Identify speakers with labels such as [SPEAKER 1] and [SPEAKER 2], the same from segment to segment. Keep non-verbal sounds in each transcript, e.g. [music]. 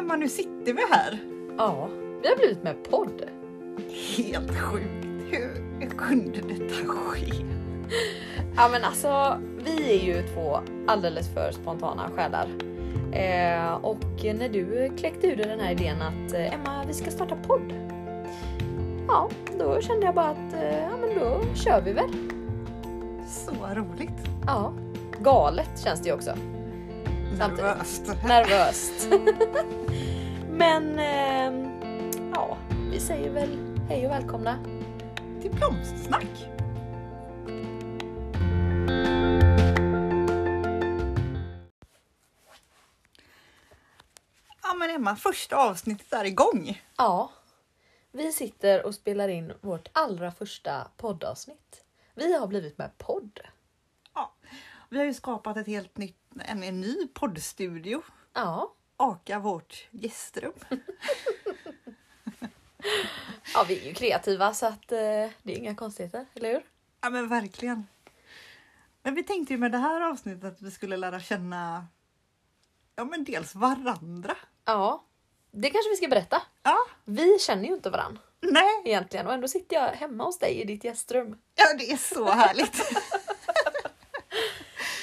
[SPEAKER 1] mamma nu sitter vi här.
[SPEAKER 2] Ja, vi har blivit med podd.
[SPEAKER 1] Helt sjukt. Hur, hur kunde detta ske?
[SPEAKER 2] Ja men alltså, vi är ju två alldeles för spontana själar. Eh, och när du kläckte ur dig den här idén att eh, Emma, vi ska starta podd. Ja, då kände jag bara att eh, ja, men då kör vi väl.
[SPEAKER 1] Så roligt.
[SPEAKER 2] Ja, galet känns det ju också. Samtidigt.
[SPEAKER 1] Nervöst.
[SPEAKER 2] [laughs] Nervöst. men eh, ja, vi säger väl hej och välkomna.
[SPEAKER 1] Till blomstersnack. Ja men Emma, första avsnittet är igång.
[SPEAKER 2] Ja, vi sitter och spelar in vårt allra första poddavsnitt. Vi har blivit med podd.
[SPEAKER 1] Ja. Vi har ju skapat ett helt nytt, en, en ny poddstudio.
[SPEAKER 2] Ja,
[SPEAKER 1] Aka vårt gästrum.
[SPEAKER 2] ja vi är ju kreativa så att eh, det är inga konstigheter, eller hur?
[SPEAKER 1] Ja men verkligen. Men vi tänkte ju med det här avsnittet att vi skulle lära känna ja, men dels varandra.
[SPEAKER 2] Ja, det kanske vi ska berätta.
[SPEAKER 1] Ja,
[SPEAKER 2] Vi känner ju inte varann
[SPEAKER 1] nej,
[SPEAKER 2] egentligen och ändå sitter jag hemma hos dig i ditt gästrum.
[SPEAKER 1] ja, det är så härligt.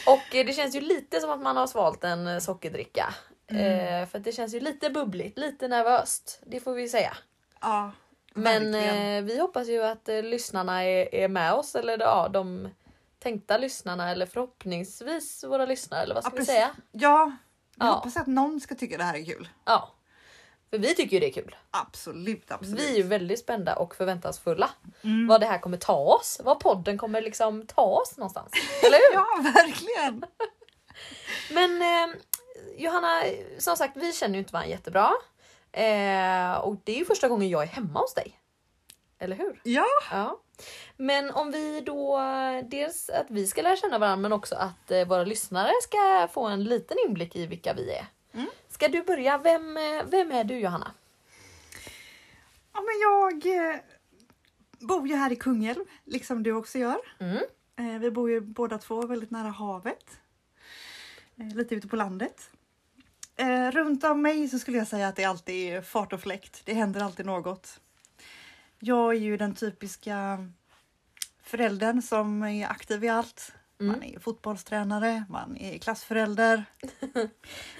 [SPEAKER 2] Och eh, det känns ju lite som att man har svalt en eh, sockerdricka. Eh, för att det känns ju lite bubbligt, lite nervöst. Det får vi ju säga.
[SPEAKER 1] [laughs] ja,
[SPEAKER 2] Men
[SPEAKER 1] verkligen.
[SPEAKER 2] eh, vi hoppas ju att eh, lyssnarna är, är med oss, eller ja, de tänkta lyssnarna, eller förhoppningsvis våra lyssnare, eller vad
[SPEAKER 1] Ja,
[SPEAKER 2] ska vi
[SPEAKER 1] precis.
[SPEAKER 2] säga?
[SPEAKER 1] Ja, jag
[SPEAKER 2] Ja.
[SPEAKER 1] hoppas att någon ska tycka det här är kul.
[SPEAKER 2] Ja. För vi tycker ju det är kul.
[SPEAKER 1] Absolut, absolut.
[SPEAKER 2] Vi är ju väldigt spända och förväntansfulla.
[SPEAKER 1] Mm.
[SPEAKER 2] Vad det här kommer ta oss, vad podden kommer liksom ta
[SPEAKER 1] [laughs]
[SPEAKER 2] oss någonstans. Eller hur?
[SPEAKER 1] Ja, verkligen.
[SPEAKER 2] Men eh, Johanna, som sagt, vi känner ju inte varandra jättebra. Eh, och det är ju första gången jag är hemma hos dig. Eller hur?
[SPEAKER 1] Ja,
[SPEAKER 2] Ja. Men om vi då dels att vi ska lära känna varandra men också att eh, våra lyssnare ska få en liten inblick i vilka vi är.
[SPEAKER 1] Mm.
[SPEAKER 2] Ska du börja? Vem, eh, vem är du Johanna?
[SPEAKER 1] ja men jag eh, bor ju här i Kungälv, liksom du också gör.
[SPEAKER 2] Mm.
[SPEAKER 1] Eh, vi bor ju båda två väldigt nära havet. Eh, lite ute på landet. Eh, runt om mig så skulle jag säga att det alltid är fart och fläkt. Det händer alltid något. Jag är ju den typiska föräldern som är aktiv i allt. Man är fotbollstränare, man är klassförälder.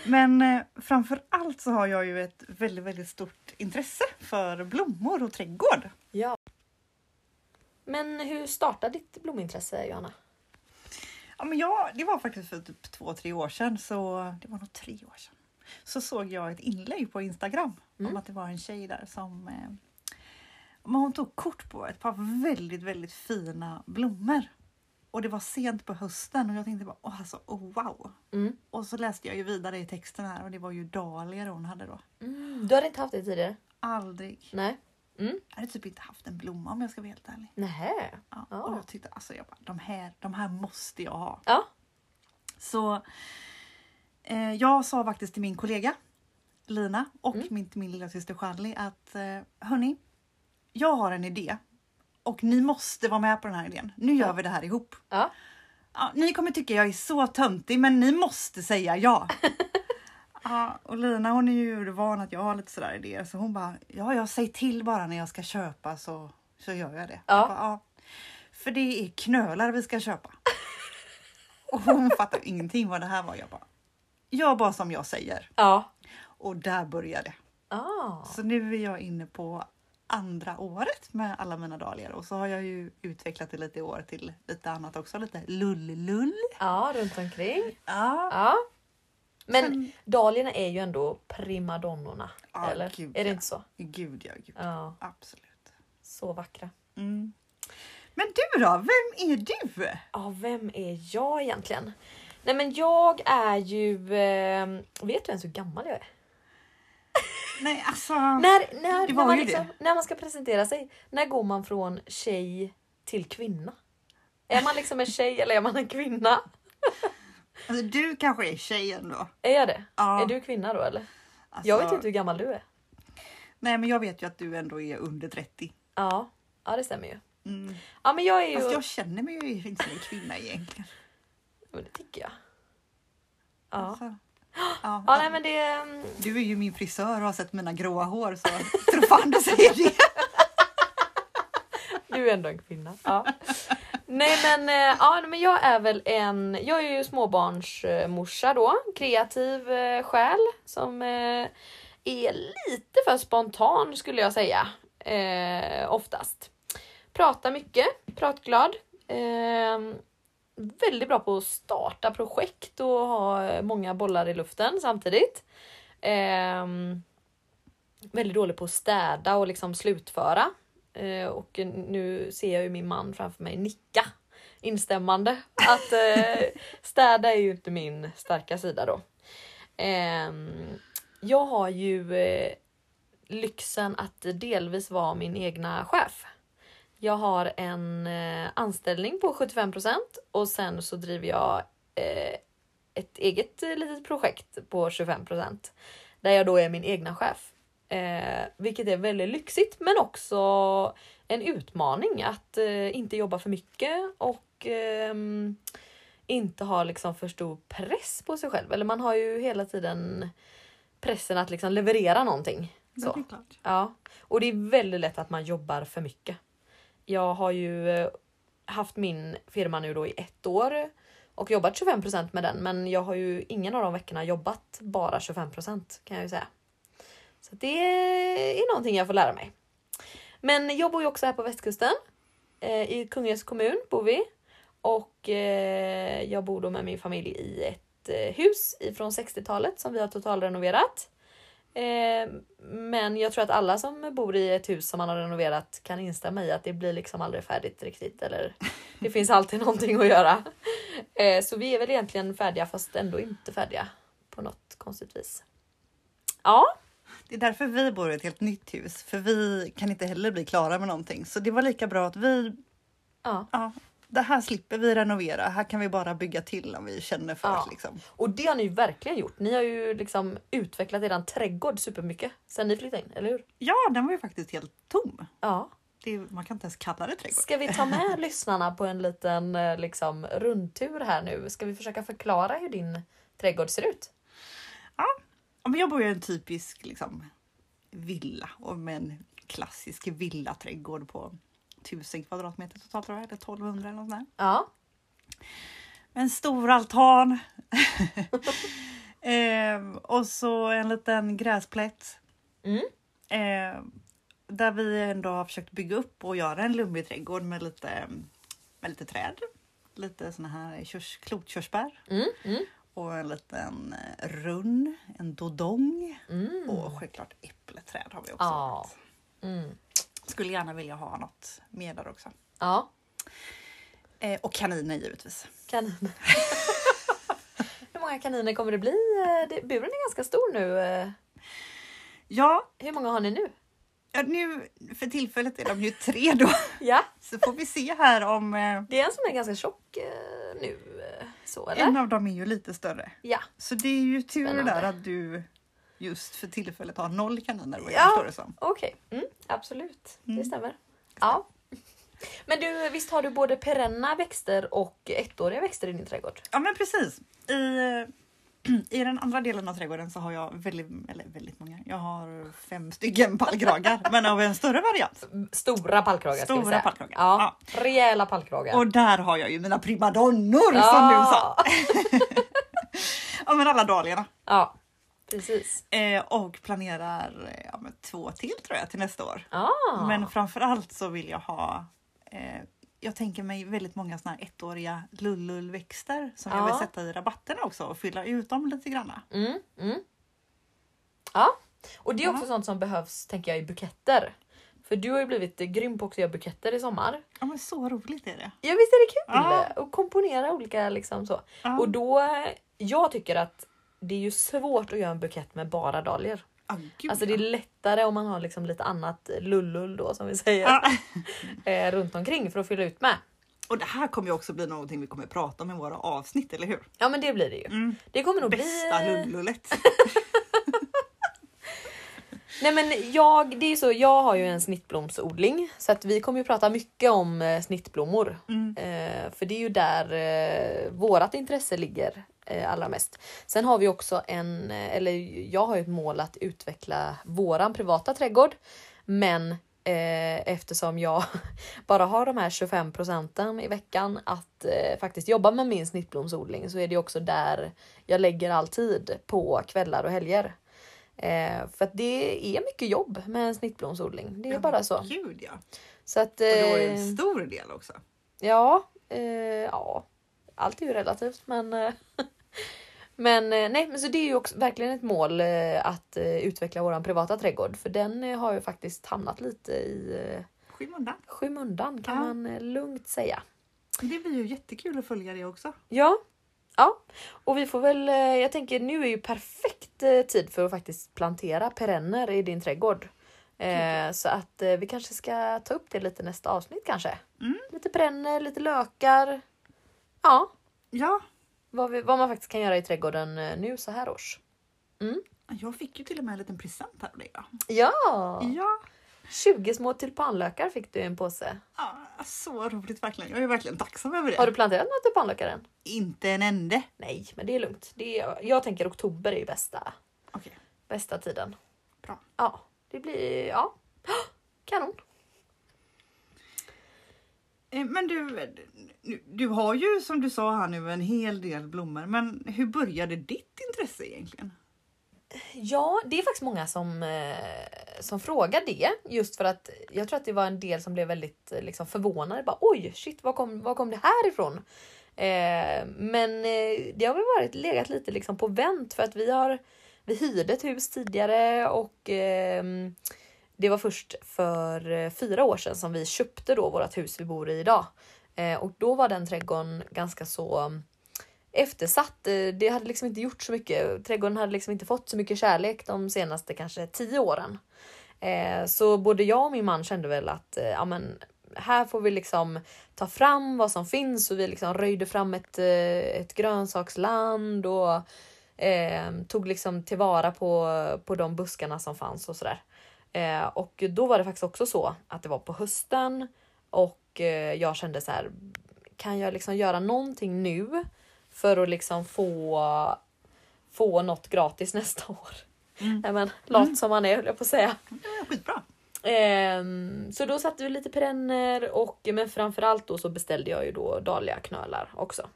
[SPEAKER 1] Men eh, framför allt så har jag ju ett väldigt, väldigt stort intresse för blommor och trädgård.
[SPEAKER 2] Ja. Men hur startade ditt blomintresse Johanna?
[SPEAKER 1] Ja, men jag, det var faktiskt för typ två, tre år sedan, så det var nog tre år sedan, så såg jag ett inlägg på Instagram om att det var en tjej där som eh, men hon tog kort på ett par väldigt, väldigt fina blommor. Och det var sent på hösten och jag tänkte bara åh, alltså, oh, wow.
[SPEAKER 2] Mm.
[SPEAKER 1] Och så läste jag ju vidare i texten här och det var ju dahlior hon hade då.
[SPEAKER 2] Mm, Du hade inte haft det tidigare?
[SPEAKER 1] Aldrig.
[SPEAKER 2] Nej. Mm.
[SPEAKER 1] Jag hade typ inte haft en blomma om jag ska vara helt ärlig.
[SPEAKER 2] Nähä.
[SPEAKER 1] Ja.
[SPEAKER 2] Ja.
[SPEAKER 1] Och jag tyckte alltså, jag bara, de, här, de här måste jag ha.
[SPEAKER 2] Ja.
[SPEAKER 1] Så eh, jag sa faktiskt till min kollega Lina och
[SPEAKER 2] Mm.
[SPEAKER 1] min, till min lilla syster Charlie att eh, hörni, jag har en idé och ni måste vara med på den här idén. Nu gör
[SPEAKER 2] Ja.
[SPEAKER 1] vi det här ihop.
[SPEAKER 2] Ja.
[SPEAKER 1] Ja, ni kommer tycka jag är så töntig men ni måste säga ja. [laughs] ja och Lina hon är ju van att jag har lite sådär idéer så hon bara ja, jag säg till bara när jag ska köpa så, så gör jag det.
[SPEAKER 2] Ja.
[SPEAKER 1] Jag bara, ja. För det är knölar vi ska köpa. Och hon fattar ingenting vad det här var. Jag bara, gör bara som jag säger.
[SPEAKER 2] Ja.
[SPEAKER 1] Och där började det.
[SPEAKER 2] Ah.
[SPEAKER 1] Så nu är jag inne på andra året med alla mina dahlior och så har jag ju utvecklat det lite i år till lite annat också, lite lull-lull.
[SPEAKER 2] Ja, runt omkring.
[SPEAKER 1] Ja,
[SPEAKER 2] Ja. Men
[SPEAKER 1] Sen-
[SPEAKER 2] dahliorna är ju ändå primadonnorna.
[SPEAKER 1] Ja,
[SPEAKER 2] eller?
[SPEAKER 1] gud,
[SPEAKER 2] är det
[SPEAKER 1] ja.
[SPEAKER 2] inte så?
[SPEAKER 1] gud ja, gud.
[SPEAKER 2] Ja,
[SPEAKER 1] Absolut.
[SPEAKER 2] så vackra.
[SPEAKER 1] Mm. Men du då, vem är du?
[SPEAKER 2] Ja, vem är jag egentligen? Nej men jag är ju... Eh, vet du ens hur gammal jag är?
[SPEAKER 1] Nej, alltså.
[SPEAKER 2] När, när,
[SPEAKER 1] Det
[SPEAKER 2] när,
[SPEAKER 1] var
[SPEAKER 2] man
[SPEAKER 1] ju
[SPEAKER 2] liksom, när man ska presentera sig, när går man från tjej till kvinna? Är man liksom en tjej eller är man en kvinna?
[SPEAKER 1] Alltså, du kanske är tjejen då?
[SPEAKER 2] Är jag det?
[SPEAKER 1] Ja,
[SPEAKER 2] Är du kvinna då eller?
[SPEAKER 1] alltså,
[SPEAKER 2] Jag vet inte hur gammal du är.
[SPEAKER 1] Nej, men jag vet ju att du ändå är under 30.
[SPEAKER 2] Ja, ja det stämmer ju.
[SPEAKER 1] Mm.
[SPEAKER 2] Ja men jag är ju...
[SPEAKER 1] Fast jag känner mig ju inte som en kvinna egentligen.
[SPEAKER 2] Men det tycker jag. Ja. [gasps]
[SPEAKER 1] Alltså, Ja.
[SPEAKER 2] Ja, nej men det... mm,
[SPEAKER 1] Du är ju min frisör och har sett mina gråa hår så [laughs] tro fan du säger det.
[SPEAKER 2] Du är ändå en kvinna. Ja. Nej men, eh, ja, nej, men jag är väl en, jag är ju småbarnsmorsa då, kreativ eh, själ som eh, är lite för spontan skulle jag säga. Eh, oftast. Pratar mycket, pratglad. Eh, väldigt bra på att starta projekt och ha eh, många bollar i luften samtidigt. Eh, väldigt dålig på att städa och liksom slutföra. Eh, och nu ser jag ju min man framför mig nicka instämmande. Att eh, städa är ju inte min starka sida då. Ehm, jag har ju eh, lyxen att delvis vara min egna chef. Jag har en eh, anställning på 75% och sen så driver jag eh, ett eget eh, litet projekt på 25% där jag då är min egna chef. Eh, vilket är väldigt lyxigt men också en utmaning att eh, inte jobba för mycket och ehm, inte ha liksom för stor press på sig själv. Eller man har ju hela tiden pressen att liksom leverera någonting. Så.
[SPEAKER 1] Det är klart.
[SPEAKER 2] Ja, och det är väldigt lätt att man jobbar för mycket. Jag har ju eh, haft min firma nu då i ett år och jobbat 25 med den, men jag har ju ingen av de veckorna jobbat bara 25 kan jag ju säga. Så det är någonting jag får lära mig. Men jag bor ju också här på västkusten. eh, I Kungälvs kommun bor vi och eh, jag bor då med min familj i ett eh, hus ifrån 60-talet som vi har totalrenoverat. Eh, men jag tror att alla som bor i ett hus som man har renoverat kan instämma i att det blir liksom aldrig färdigt riktigt. Eller det finns alltid [laughs] någonting att göra. Eh, så vi är väl egentligen färdiga fast ändå inte färdiga på något konstigt vis. Ja,
[SPEAKER 1] Det är därför vi bor i ett helt nytt hus, för vi kan inte heller bli klara med någonting. Så det var lika bra att vi,
[SPEAKER 2] ja.
[SPEAKER 1] ja, det här slipper vi renovera. Här kan vi bara bygga till om vi känner för
[SPEAKER 2] Ja.
[SPEAKER 1] det. Liksom.
[SPEAKER 2] och det har ni ju verkligen gjort. Ni har ju liksom utvecklat eran trädgård supermycket sen ni flyttade in, eller hur?
[SPEAKER 1] Ja, den var ju faktiskt helt tom.
[SPEAKER 2] Ja.
[SPEAKER 1] Det, är- man kan inte ens kalla det trädgård.
[SPEAKER 2] Ska vi ta med lyssnarna på en liten eh, liksom, rundtur här nu? Ska vi försöka förklara hur din trädgård ser ut?
[SPEAKER 1] Ja, men jag bor ju i en typisk liksom, villa och med en klassisk villaträdgård på 1000 kvadratmeter totalt tror jag, eller 1200 eller något sånt där.
[SPEAKER 2] Ja.
[SPEAKER 1] En stor altan. [laughs] ehm, och så en liten gräsplätt.
[SPEAKER 2] Mm.
[SPEAKER 1] Ehm, där vi ändå har försökt bygga upp och göra en lummig trädgård med lite, med lite träd. Lite såna här körs, klotkörsbär.
[SPEAKER 2] Mm, mm,
[SPEAKER 1] Och en liten eh, runn, en dodong.
[SPEAKER 2] mm.
[SPEAKER 1] Och självklart äppleträd har vi också.
[SPEAKER 2] Ja.
[SPEAKER 1] haft.
[SPEAKER 2] Mm.
[SPEAKER 1] Skulle gärna vilja ha något mer där också.
[SPEAKER 2] ja.
[SPEAKER 1] Eh, och kaniner givetvis. [laughs]
[SPEAKER 2] Kaniner. hur många kaniner kommer det bli? Eh, det- Buren är ganska stor nu. eh.
[SPEAKER 1] Ja,
[SPEAKER 2] Hur många har ni nu?
[SPEAKER 1] ja, nu för tillfället är de ju tre då.
[SPEAKER 2] Ja,
[SPEAKER 1] Så får vi se här om... Eh,
[SPEAKER 2] det är en som är ganska tjock eh, nu. eh, Så eller?
[SPEAKER 1] en av dem är ju lite större.
[SPEAKER 2] Ja.
[SPEAKER 1] Så det är ju tur
[SPEAKER 2] Spännande.
[SPEAKER 1] där att du just för tillfället har noll kaniner vad jag
[SPEAKER 2] Ja.
[SPEAKER 1] förstår det som.
[SPEAKER 2] Okej, mm, absolut. Det
[SPEAKER 1] Mm.
[SPEAKER 2] stämmer. Ja. Men du, visst har du både perenna växter och ettåriga växter i din trädgård?
[SPEAKER 1] Ja men precis. I, eh, [clears throat] I den andra delen av trädgården så har jag väldigt, eller väldigt många. Jag har fem stycken pallkragar men av en större variant.
[SPEAKER 2] Stora pallkragar ska vi
[SPEAKER 1] Stora
[SPEAKER 2] säga.
[SPEAKER 1] pallkragar,
[SPEAKER 2] Ja, Rejäla pallkragar.
[SPEAKER 1] Och där har jag ju mina primadonnor som du sa.
[SPEAKER 2] ja.
[SPEAKER 1] Ja men alla dahliorna.
[SPEAKER 2] ja, precis.
[SPEAKER 1] Eh, och planerar eh, ja, men två till tror jag till nästa år.
[SPEAKER 2] Ah.
[SPEAKER 1] Men framför allt så vill jag ha eh, jag tänker mig väldigt många såna här ettåriga lullullväxter som jag
[SPEAKER 2] Ja.
[SPEAKER 1] vill sätta i rabatterna också och fylla ut dem lite grann.
[SPEAKER 2] Mm, mm. Ja, och det är också
[SPEAKER 1] Ja.
[SPEAKER 2] sånt som behövs tänker jag i buketter. För du har ju blivit eh, grym på också att göra buketter i sommar.
[SPEAKER 1] Ja men så roligt är det.
[SPEAKER 2] Ja visst är det kul?
[SPEAKER 1] Ja.
[SPEAKER 2] Att komponera olika liksom så.
[SPEAKER 1] Ja.
[SPEAKER 2] Och då, eh, jag tycker att det är ju svårt att göra en bukett med bara dahlior.
[SPEAKER 1] Ah, gud,
[SPEAKER 2] Alltså det är
[SPEAKER 1] ja.
[SPEAKER 2] lättare om man har liksom lite annat lullull då som vi säger
[SPEAKER 1] Ja.
[SPEAKER 2] [laughs] eh, runt omkring för att fylla ut med.
[SPEAKER 1] Och det här kommer ju också bli någonting vi kommer prata om i våra avsnitt, eller hur?
[SPEAKER 2] Ja men det
[SPEAKER 1] Mm.
[SPEAKER 2] eh, blir det ju. Det kommer nog bli...
[SPEAKER 1] Bästa lullullet.
[SPEAKER 2] Nej men jag, det är ju så, jag har ju en snittblomsodling så att vi kommer ju prata mycket om eh, snittblommor.
[SPEAKER 1] Mm.
[SPEAKER 2] Eh, för det är ju där eh, vårat intresse ligger eh, allra mest. Sen har vi också en, eh, eller jag har ju ett mål att utveckla våran privata trädgård. Men eh, eftersom jag [laughs] bara har de här 25 procenten i veckan att eh, faktiskt jobba med min snittblomsodling så är det också där jag lägger all tid på kvällar och helger. Eh, för att det är mycket jobb med en snittblomsodling. Det är
[SPEAKER 1] Ja,
[SPEAKER 2] bara så.
[SPEAKER 1] Gud ja. Och
[SPEAKER 2] så att,
[SPEAKER 1] då är det
[SPEAKER 2] eh,
[SPEAKER 1] en stor del också.
[SPEAKER 2] Ja, eh, ja. Allt är ju relativt men... eh, [laughs] men eh, nej, men så det är ju också verkligen ett mål eh, att eh, utveckla våran privata trädgård för den eh, har ju faktiskt hamnat lite i eh,
[SPEAKER 1] Skymundan.
[SPEAKER 2] skymundan kan
[SPEAKER 1] Ja.
[SPEAKER 2] man eh, lugnt säga.
[SPEAKER 1] Det blir ju jättekul att följa det också.
[SPEAKER 2] Ja. Ja, och vi får väl, eh, jag tänker nu är ju perfekt eh, tid för att faktiskt plantera perenner i din trädgård. Eh, så att eh, vi kanske ska ta upp det lite i nästa avsnitt kanske.
[SPEAKER 1] Mm.
[SPEAKER 2] Lite perenner, lite lökar. Ja,
[SPEAKER 1] Ja,
[SPEAKER 2] vad, vi, vad man faktiskt kan göra i trädgården eh, nu så här års.
[SPEAKER 1] jag fick ju till och med en liten present här av dig. Ja.
[SPEAKER 2] Ja!
[SPEAKER 1] ja,
[SPEAKER 2] 20 små tulpanlökar fick du i en påse.
[SPEAKER 1] ja, Ah, så roligt verkligen. Jag är verkligen tacksam över det.
[SPEAKER 2] Har du planterat några tulpanlökar än?
[SPEAKER 1] Inte en ende.
[SPEAKER 2] Nej, men det är lugnt. Det är, jag tänker oktober är ju bästa,
[SPEAKER 1] Okej,
[SPEAKER 2] bästa tiden.
[SPEAKER 1] bra.
[SPEAKER 2] Ja, det blir... Ja. [gasps] Kanon!
[SPEAKER 1] Eh, Men du, nu- du har ju som du sa här nu en hel del blommor. Men hur började ditt intresse egentligen?
[SPEAKER 2] Ja, det är faktiskt många som, eh, som frågar det. Just för att jag tror att det var en del som blev väldigt eh, liksom, förvånade. Bara, Oj, shit, var kom, var kom det här ifrån? Eh, men eh, det har väl varit, legat lite liksom, på vänt för att vi har vi hyrde ett hus tidigare och ehm, det var först för eh, fyra år sedan som vi köpte då vårt hus vi bor i idag. Eh, och då var den trädgården ganska så eftersatt. Eh, Det hade liksom inte gjort så mycket. Trädgården hade liksom inte fått så mycket kärlek de senaste kanske tio åren. Eh, Så både jag och min man kände väl att eh, ja, men här får vi liksom ta fram vad som finns och vi liksom röjde fram ett, eh, ett grönsaksland och eh, tog liksom tillvara på, på de buskarna som fanns och sådär. Eh, och då var det faktiskt också så att det var på hösten och eh, jag kände så här kan jag liksom göra någonting nu för att liksom få, få något gratis [laughs] nästa år?
[SPEAKER 1] Mm.
[SPEAKER 2] Nej men lat som man är höll jag på att säga.
[SPEAKER 1] Ja, skitbra.
[SPEAKER 2] Ehm, så då satte vi lite perenner och men framförallt då så beställde jag ju då dahliaknölar också.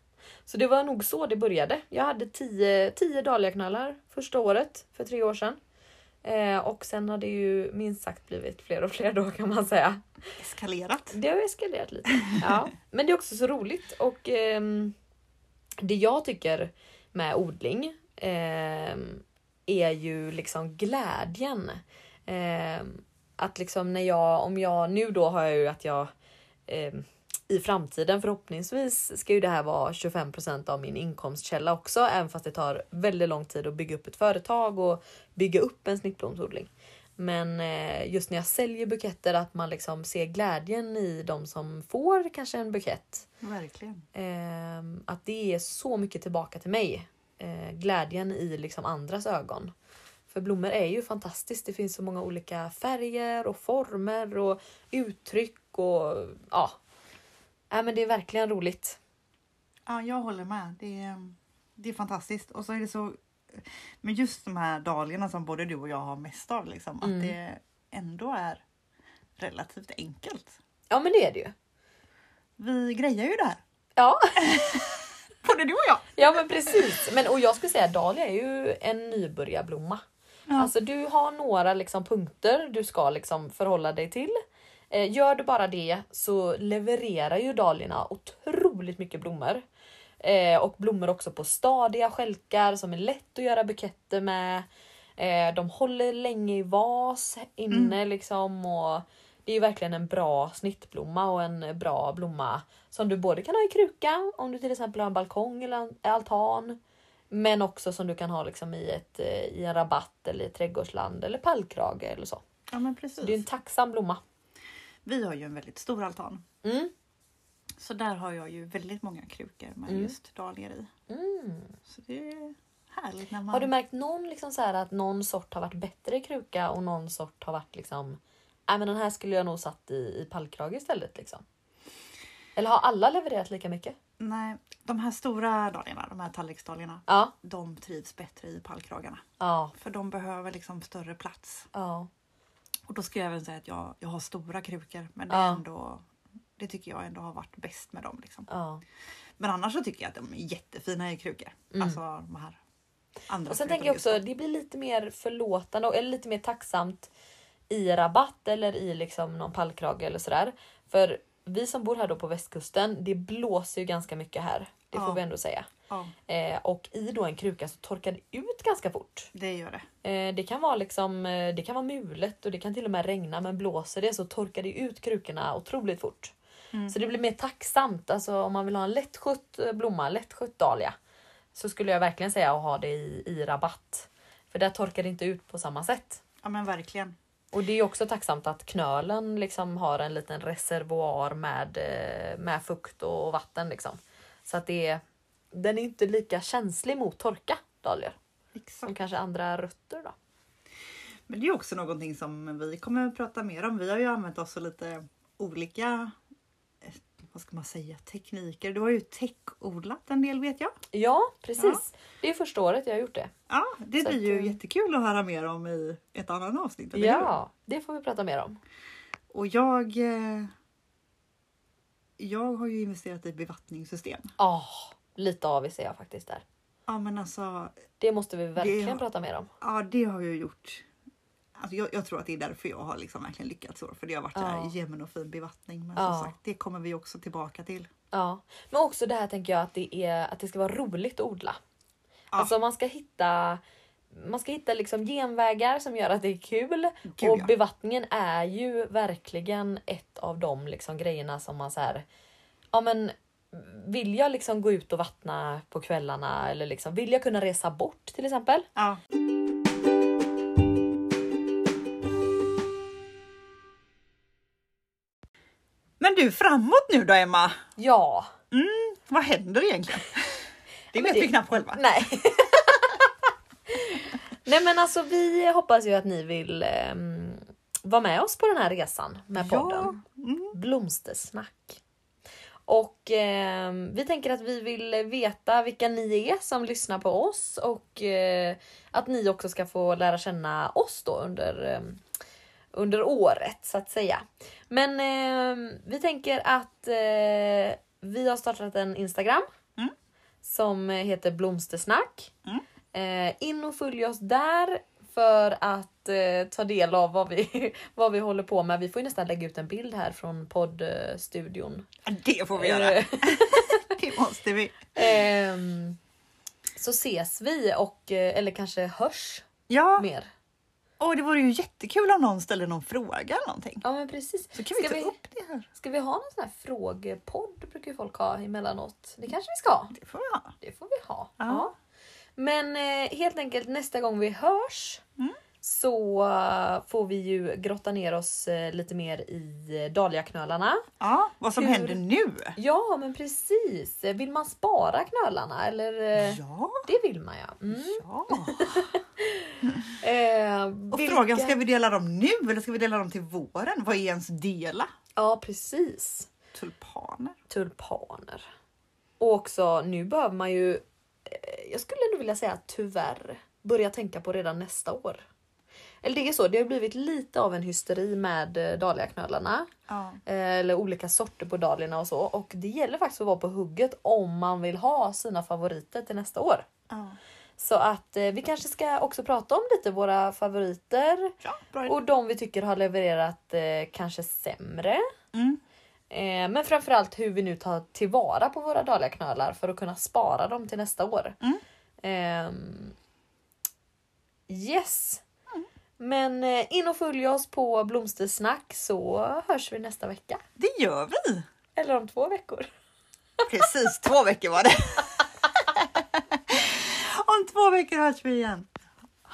[SPEAKER 2] Så det var nog så det började. Jag hade 10 10 dahliaknölar första året för tre år sedan. Eh, och sen har det ju minst sagt blivit fler och fler då kan man säga.
[SPEAKER 1] Eskalerat.
[SPEAKER 2] Det har ju eskalerat lite. Ja. Men det är också så roligt och ehm, det jag tycker med odling ehm, är ju liksom glädjen. Ehm, att liksom när jag, om jag, nu då har jag ju att jag ehm, i framtiden förhoppningsvis ska ju det här vara 25 av min inkomstkälla också, även fast det tar väldigt lång tid att bygga upp ett företag och bygga upp en snittblomsodling. Men eh, just när jag säljer buketter att man liksom ser glädjen i de som får kanske en bukett.
[SPEAKER 1] Verkligen.
[SPEAKER 2] Ehm, att det är så mycket tillbaka till mig. Eh, glädjen i liksom andras ögon. För blommor är ju fantastiskt. Det finns så många olika färger och former och uttryck och ja. Äh, men det är verkligen roligt.
[SPEAKER 1] Ja, jag håller med. Det är, det är fantastiskt. Och så är det så... Men just de här dahliorna som både du och jag har mest av, liksom,
[SPEAKER 2] Mm.
[SPEAKER 1] att det ändå är relativt enkelt.
[SPEAKER 2] Ja men det är det ju.
[SPEAKER 1] Vi grejar ju det här.
[SPEAKER 2] Ja.
[SPEAKER 1] Både du och jag.
[SPEAKER 2] Ja men precis. Men, och jag skulle säga dahlia är ju en nybörjarblomma.
[SPEAKER 1] Ja.
[SPEAKER 2] Alltså du har några liksom, punkter du ska liksom, förhålla dig till. Eh, gör du bara det så levererar ju dahliorna otroligt mycket blommor. Eh, och blommor också på stadiga stjälkar som är lätt att göra buketter med. Eh, de håller länge i vas inne liksom. Och det är ju verkligen en bra snittblomma och en bra blomma som du både kan ha i kruka om du till exempel har en balkong eller en altan. Men också som du kan ha liksom i, ett, eh, i en rabatt eller i ett trädgårdsland eller pallkrage eller så.
[SPEAKER 1] Ja, men
[SPEAKER 2] så det är en
[SPEAKER 1] precis.
[SPEAKER 2] tacksam blomma.
[SPEAKER 1] Vi har ju en väldigt stor altan.
[SPEAKER 2] Mm.
[SPEAKER 1] Så där har jag ju väldigt många krukor med
[SPEAKER 2] Mm.
[SPEAKER 1] just dahlior i.
[SPEAKER 2] Mm.
[SPEAKER 1] Så det är härligt när man...
[SPEAKER 2] Har du märkt någon liksom så här att någon sort har varit bättre i kruka och någon sort har varit liksom... Nej men den här skulle jag nog satt i, i pallkrage istället liksom. Eller har alla levererat lika mycket?
[SPEAKER 1] Nej, de här stora dahliorna, de här tallriksdahliorna,
[SPEAKER 2] Ja.
[SPEAKER 1] de trivs bättre i pallkragarna.
[SPEAKER 2] Ja.
[SPEAKER 1] För de behöver liksom större plats.
[SPEAKER 2] Ja.
[SPEAKER 1] Och då ska jag även säga att jag, jag har stora krukor, men det, är
[SPEAKER 2] Ja.
[SPEAKER 1] ändå, det tycker jag ändå har varit bäst med dem. Liksom.
[SPEAKER 2] ja.
[SPEAKER 1] Men annars så tycker jag att de är jättefina i krukor.
[SPEAKER 2] Mm.
[SPEAKER 1] Alltså de här andra
[SPEAKER 2] Och
[SPEAKER 1] krukorna
[SPEAKER 2] sen tänker jag
[SPEAKER 1] just då.
[SPEAKER 2] också, det blir lite mer förlåtande och- eller lite mer tacksamt i rabatt eller i liksom någon pallkrage eller sådär. För vi som bor här då på västkusten, det blåser ju ganska mycket här. Det får
[SPEAKER 1] Ja.
[SPEAKER 2] vi ändå säga.
[SPEAKER 1] Ja,
[SPEAKER 2] Eh, och i då en kruka så torkar det ut ganska fort.
[SPEAKER 1] det gör det.
[SPEAKER 2] Eh, det kan vara liksom, eh, det kan vara mulet och det kan till och med regna men blåser det så torkar det ut krukorna otroligt fort.
[SPEAKER 1] Mm.
[SPEAKER 2] Så det blir mer tacksamt. Alltså om man vill ha en lättskött eh, blomma, lättskött dahlia. Så skulle jag verkligen säga att ha det i, i rabatt. För där torkar det inte ut på samma sätt.
[SPEAKER 1] Ja men verkligen.
[SPEAKER 2] Och det är också tacksamt att knölen liksom har en liten reservoar med, eh, med fukt och vatten. Liksom. Så att det är, den är inte lika känslig mot torka dahlior. Som
[SPEAKER 1] Exakt.
[SPEAKER 2] kanske andra rötter då.
[SPEAKER 1] Men det är också någonting som vi kommer att prata mer om. Vi har ju använt oss av lite olika eh, vad ska man säga, tekniker. Du har ju täckodlat en del vet jag.
[SPEAKER 2] Ja, precis. Det är första året jag har gjort det.
[SPEAKER 1] Ja, det
[SPEAKER 2] Så
[SPEAKER 1] blir
[SPEAKER 2] att,
[SPEAKER 1] ju
[SPEAKER 2] eh,
[SPEAKER 1] jättekul att höra mer om i ett annat avsnitt. eller hur?
[SPEAKER 2] Ja, det får vi prata mer om.
[SPEAKER 1] Och jag, eh, jag har ju investerat i bevattningssystem.
[SPEAKER 2] Ja, lite avis är jag faktiskt där.
[SPEAKER 1] Ja men alltså,
[SPEAKER 2] Det måste vi verkligen
[SPEAKER 1] har-
[SPEAKER 2] prata mer om.
[SPEAKER 1] ja det har jag ju gjort. Alltså jag, jag tror att det är därför jag har liksom verkligen lyckats så. För det har varit
[SPEAKER 2] Ja.
[SPEAKER 1] ja. jämn och fin bevattning. Men
[SPEAKER 2] Ja.
[SPEAKER 1] som sagt, det kommer vi också tillbaka till.
[SPEAKER 2] Ja, men också det här tänker jag att det, är, att det ska vara roligt att odla.
[SPEAKER 1] Ja.
[SPEAKER 2] Alltså man ska hitta man ska hitta liksom genvägar som gör att det är kul.
[SPEAKER 1] Gud,
[SPEAKER 2] och
[SPEAKER 1] ja.
[SPEAKER 2] bevattningen är ju verkligen ett av de liksom grejerna som man så här, ja men vill jag liksom gå ut och vattna på kvällarna eller liksom vill jag kunna resa bort till exempel?
[SPEAKER 1] Ja. Men du, framåt nu då Emma.
[SPEAKER 2] Ja,
[SPEAKER 1] Vad händer
[SPEAKER 2] [laughs]
[SPEAKER 1] egentligen? Det vet
[SPEAKER 2] det-
[SPEAKER 1] vi knappt själva.
[SPEAKER 2] nej. nej men alltså vi hoppas ju att ni vill ehm, vara med oss på den här resan med podden.
[SPEAKER 1] Ja, mm,
[SPEAKER 2] blomstersnack. Och eh, vi tänker att vi vill veta vilka ni är som lyssnar på oss och eh, att ni också ska få lära känna oss då under, eh, under året så att säga. Men eh, vi tänker att eh, vi har startat en Instagram
[SPEAKER 1] Mm.
[SPEAKER 2] som heter blomstersnack.
[SPEAKER 1] Mm.
[SPEAKER 2] Eh, in och följ oss där för att eh, ta del av vad vi, [laughs] vad vi håller på med. Vi får ju nästan lägga ut en bild här från poddstudion.
[SPEAKER 1] det får vi göra.
[SPEAKER 2] [laughs] Eh,
[SPEAKER 1] Det måste vi.
[SPEAKER 2] ehm, så ses vi och eh, eller kanske hörs
[SPEAKER 1] Ja,
[SPEAKER 2] mer.
[SPEAKER 1] och det vore ju jättekul om någon ställer någon fråga eller någonting.
[SPEAKER 2] Ja men precis.
[SPEAKER 1] Så kan vi
[SPEAKER 2] Ska
[SPEAKER 1] ta
[SPEAKER 2] vi-
[SPEAKER 1] upp det här.
[SPEAKER 2] Ska vi ha någon sån här frågepodd brukar ju folk ha emellanåt. Det kanske vi ska ha.
[SPEAKER 1] Det får vi ha.
[SPEAKER 2] Det får vi ha.
[SPEAKER 1] Ja.
[SPEAKER 2] Ja. Men eh, helt enkelt nästa gång vi hörs
[SPEAKER 1] Mm.
[SPEAKER 2] så eh, får vi ju grotta ner oss eh, lite mer i eh, dahliaknölarna.
[SPEAKER 1] Ja, vad som
[SPEAKER 2] Hur-
[SPEAKER 1] händer nu.
[SPEAKER 2] Ja men precis! Vill man spara knölarna eller? eh,
[SPEAKER 1] Ja,
[SPEAKER 2] Det vill man ja. Mm. [laughs]
[SPEAKER 1] ja.
[SPEAKER 2] Eh,
[SPEAKER 1] Och
[SPEAKER 2] vilka-
[SPEAKER 1] frågan, ska vi dela dem nu eller ska vi dela dem till våren? Vad är ens dela?
[SPEAKER 2] Ja precis.
[SPEAKER 1] Tulpaner?
[SPEAKER 2] Tulpaner. Och också nu behöver man ju, eh, jag skulle ändå vilja säga tyvärr, börja tänka på redan nästa år. Eller det är så, det har blivit lite av en hysteri med eh, dahliaknölarna.
[SPEAKER 1] Ja.
[SPEAKER 2] Eh, eller olika sorter på dahliorna och så. Och det gäller faktiskt att vara på hugget om man vill ha sina favoriter till nästa år.
[SPEAKER 1] ja.
[SPEAKER 2] Så att eh, vi kanske ska också prata om lite våra favoriter
[SPEAKER 1] Ja, bra idé.
[SPEAKER 2] och de vi tycker har levererat eh, kanske sämre.
[SPEAKER 1] Mm.
[SPEAKER 2] Eh, men framförallt hur vi nu tar tillvara på våra dahliaknölar för att kunna spara dem till nästa år.
[SPEAKER 1] Mm.
[SPEAKER 2] Ehm, yes! Men eh, in och följ oss på Blomstersnack så hörs vi nästa vecka.
[SPEAKER 1] Det gör vi!
[SPEAKER 2] Eller om två veckor.
[SPEAKER 1] Precis, två veckor var det. [laughs] Om två veckor hörs vi igen.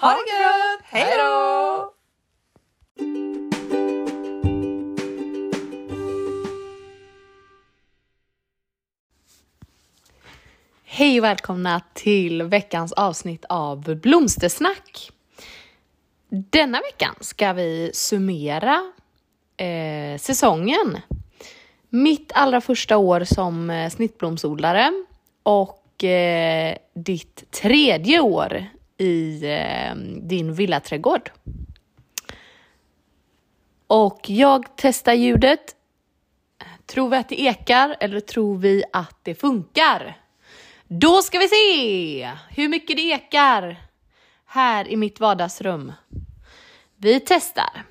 [SPEAKER 2] Ha det gött! Hej då! Hej och välkomna till veckans avsnitt av Blomstersnack. Denna veckan ska vi summera eh, säsongen. Mitt allra första år som eh, snittblomsodlare och eh, ditt tredje år i eh, din villaträdgård. Och jag testar ljudet. Tror vi att det ekar eller tror vi att det funkar? Då ska vi se hur mycket det ekar här i mitt vardagsrum. Vi testar.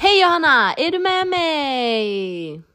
[SPEAKER 2] Hej Johanna, är du med mig?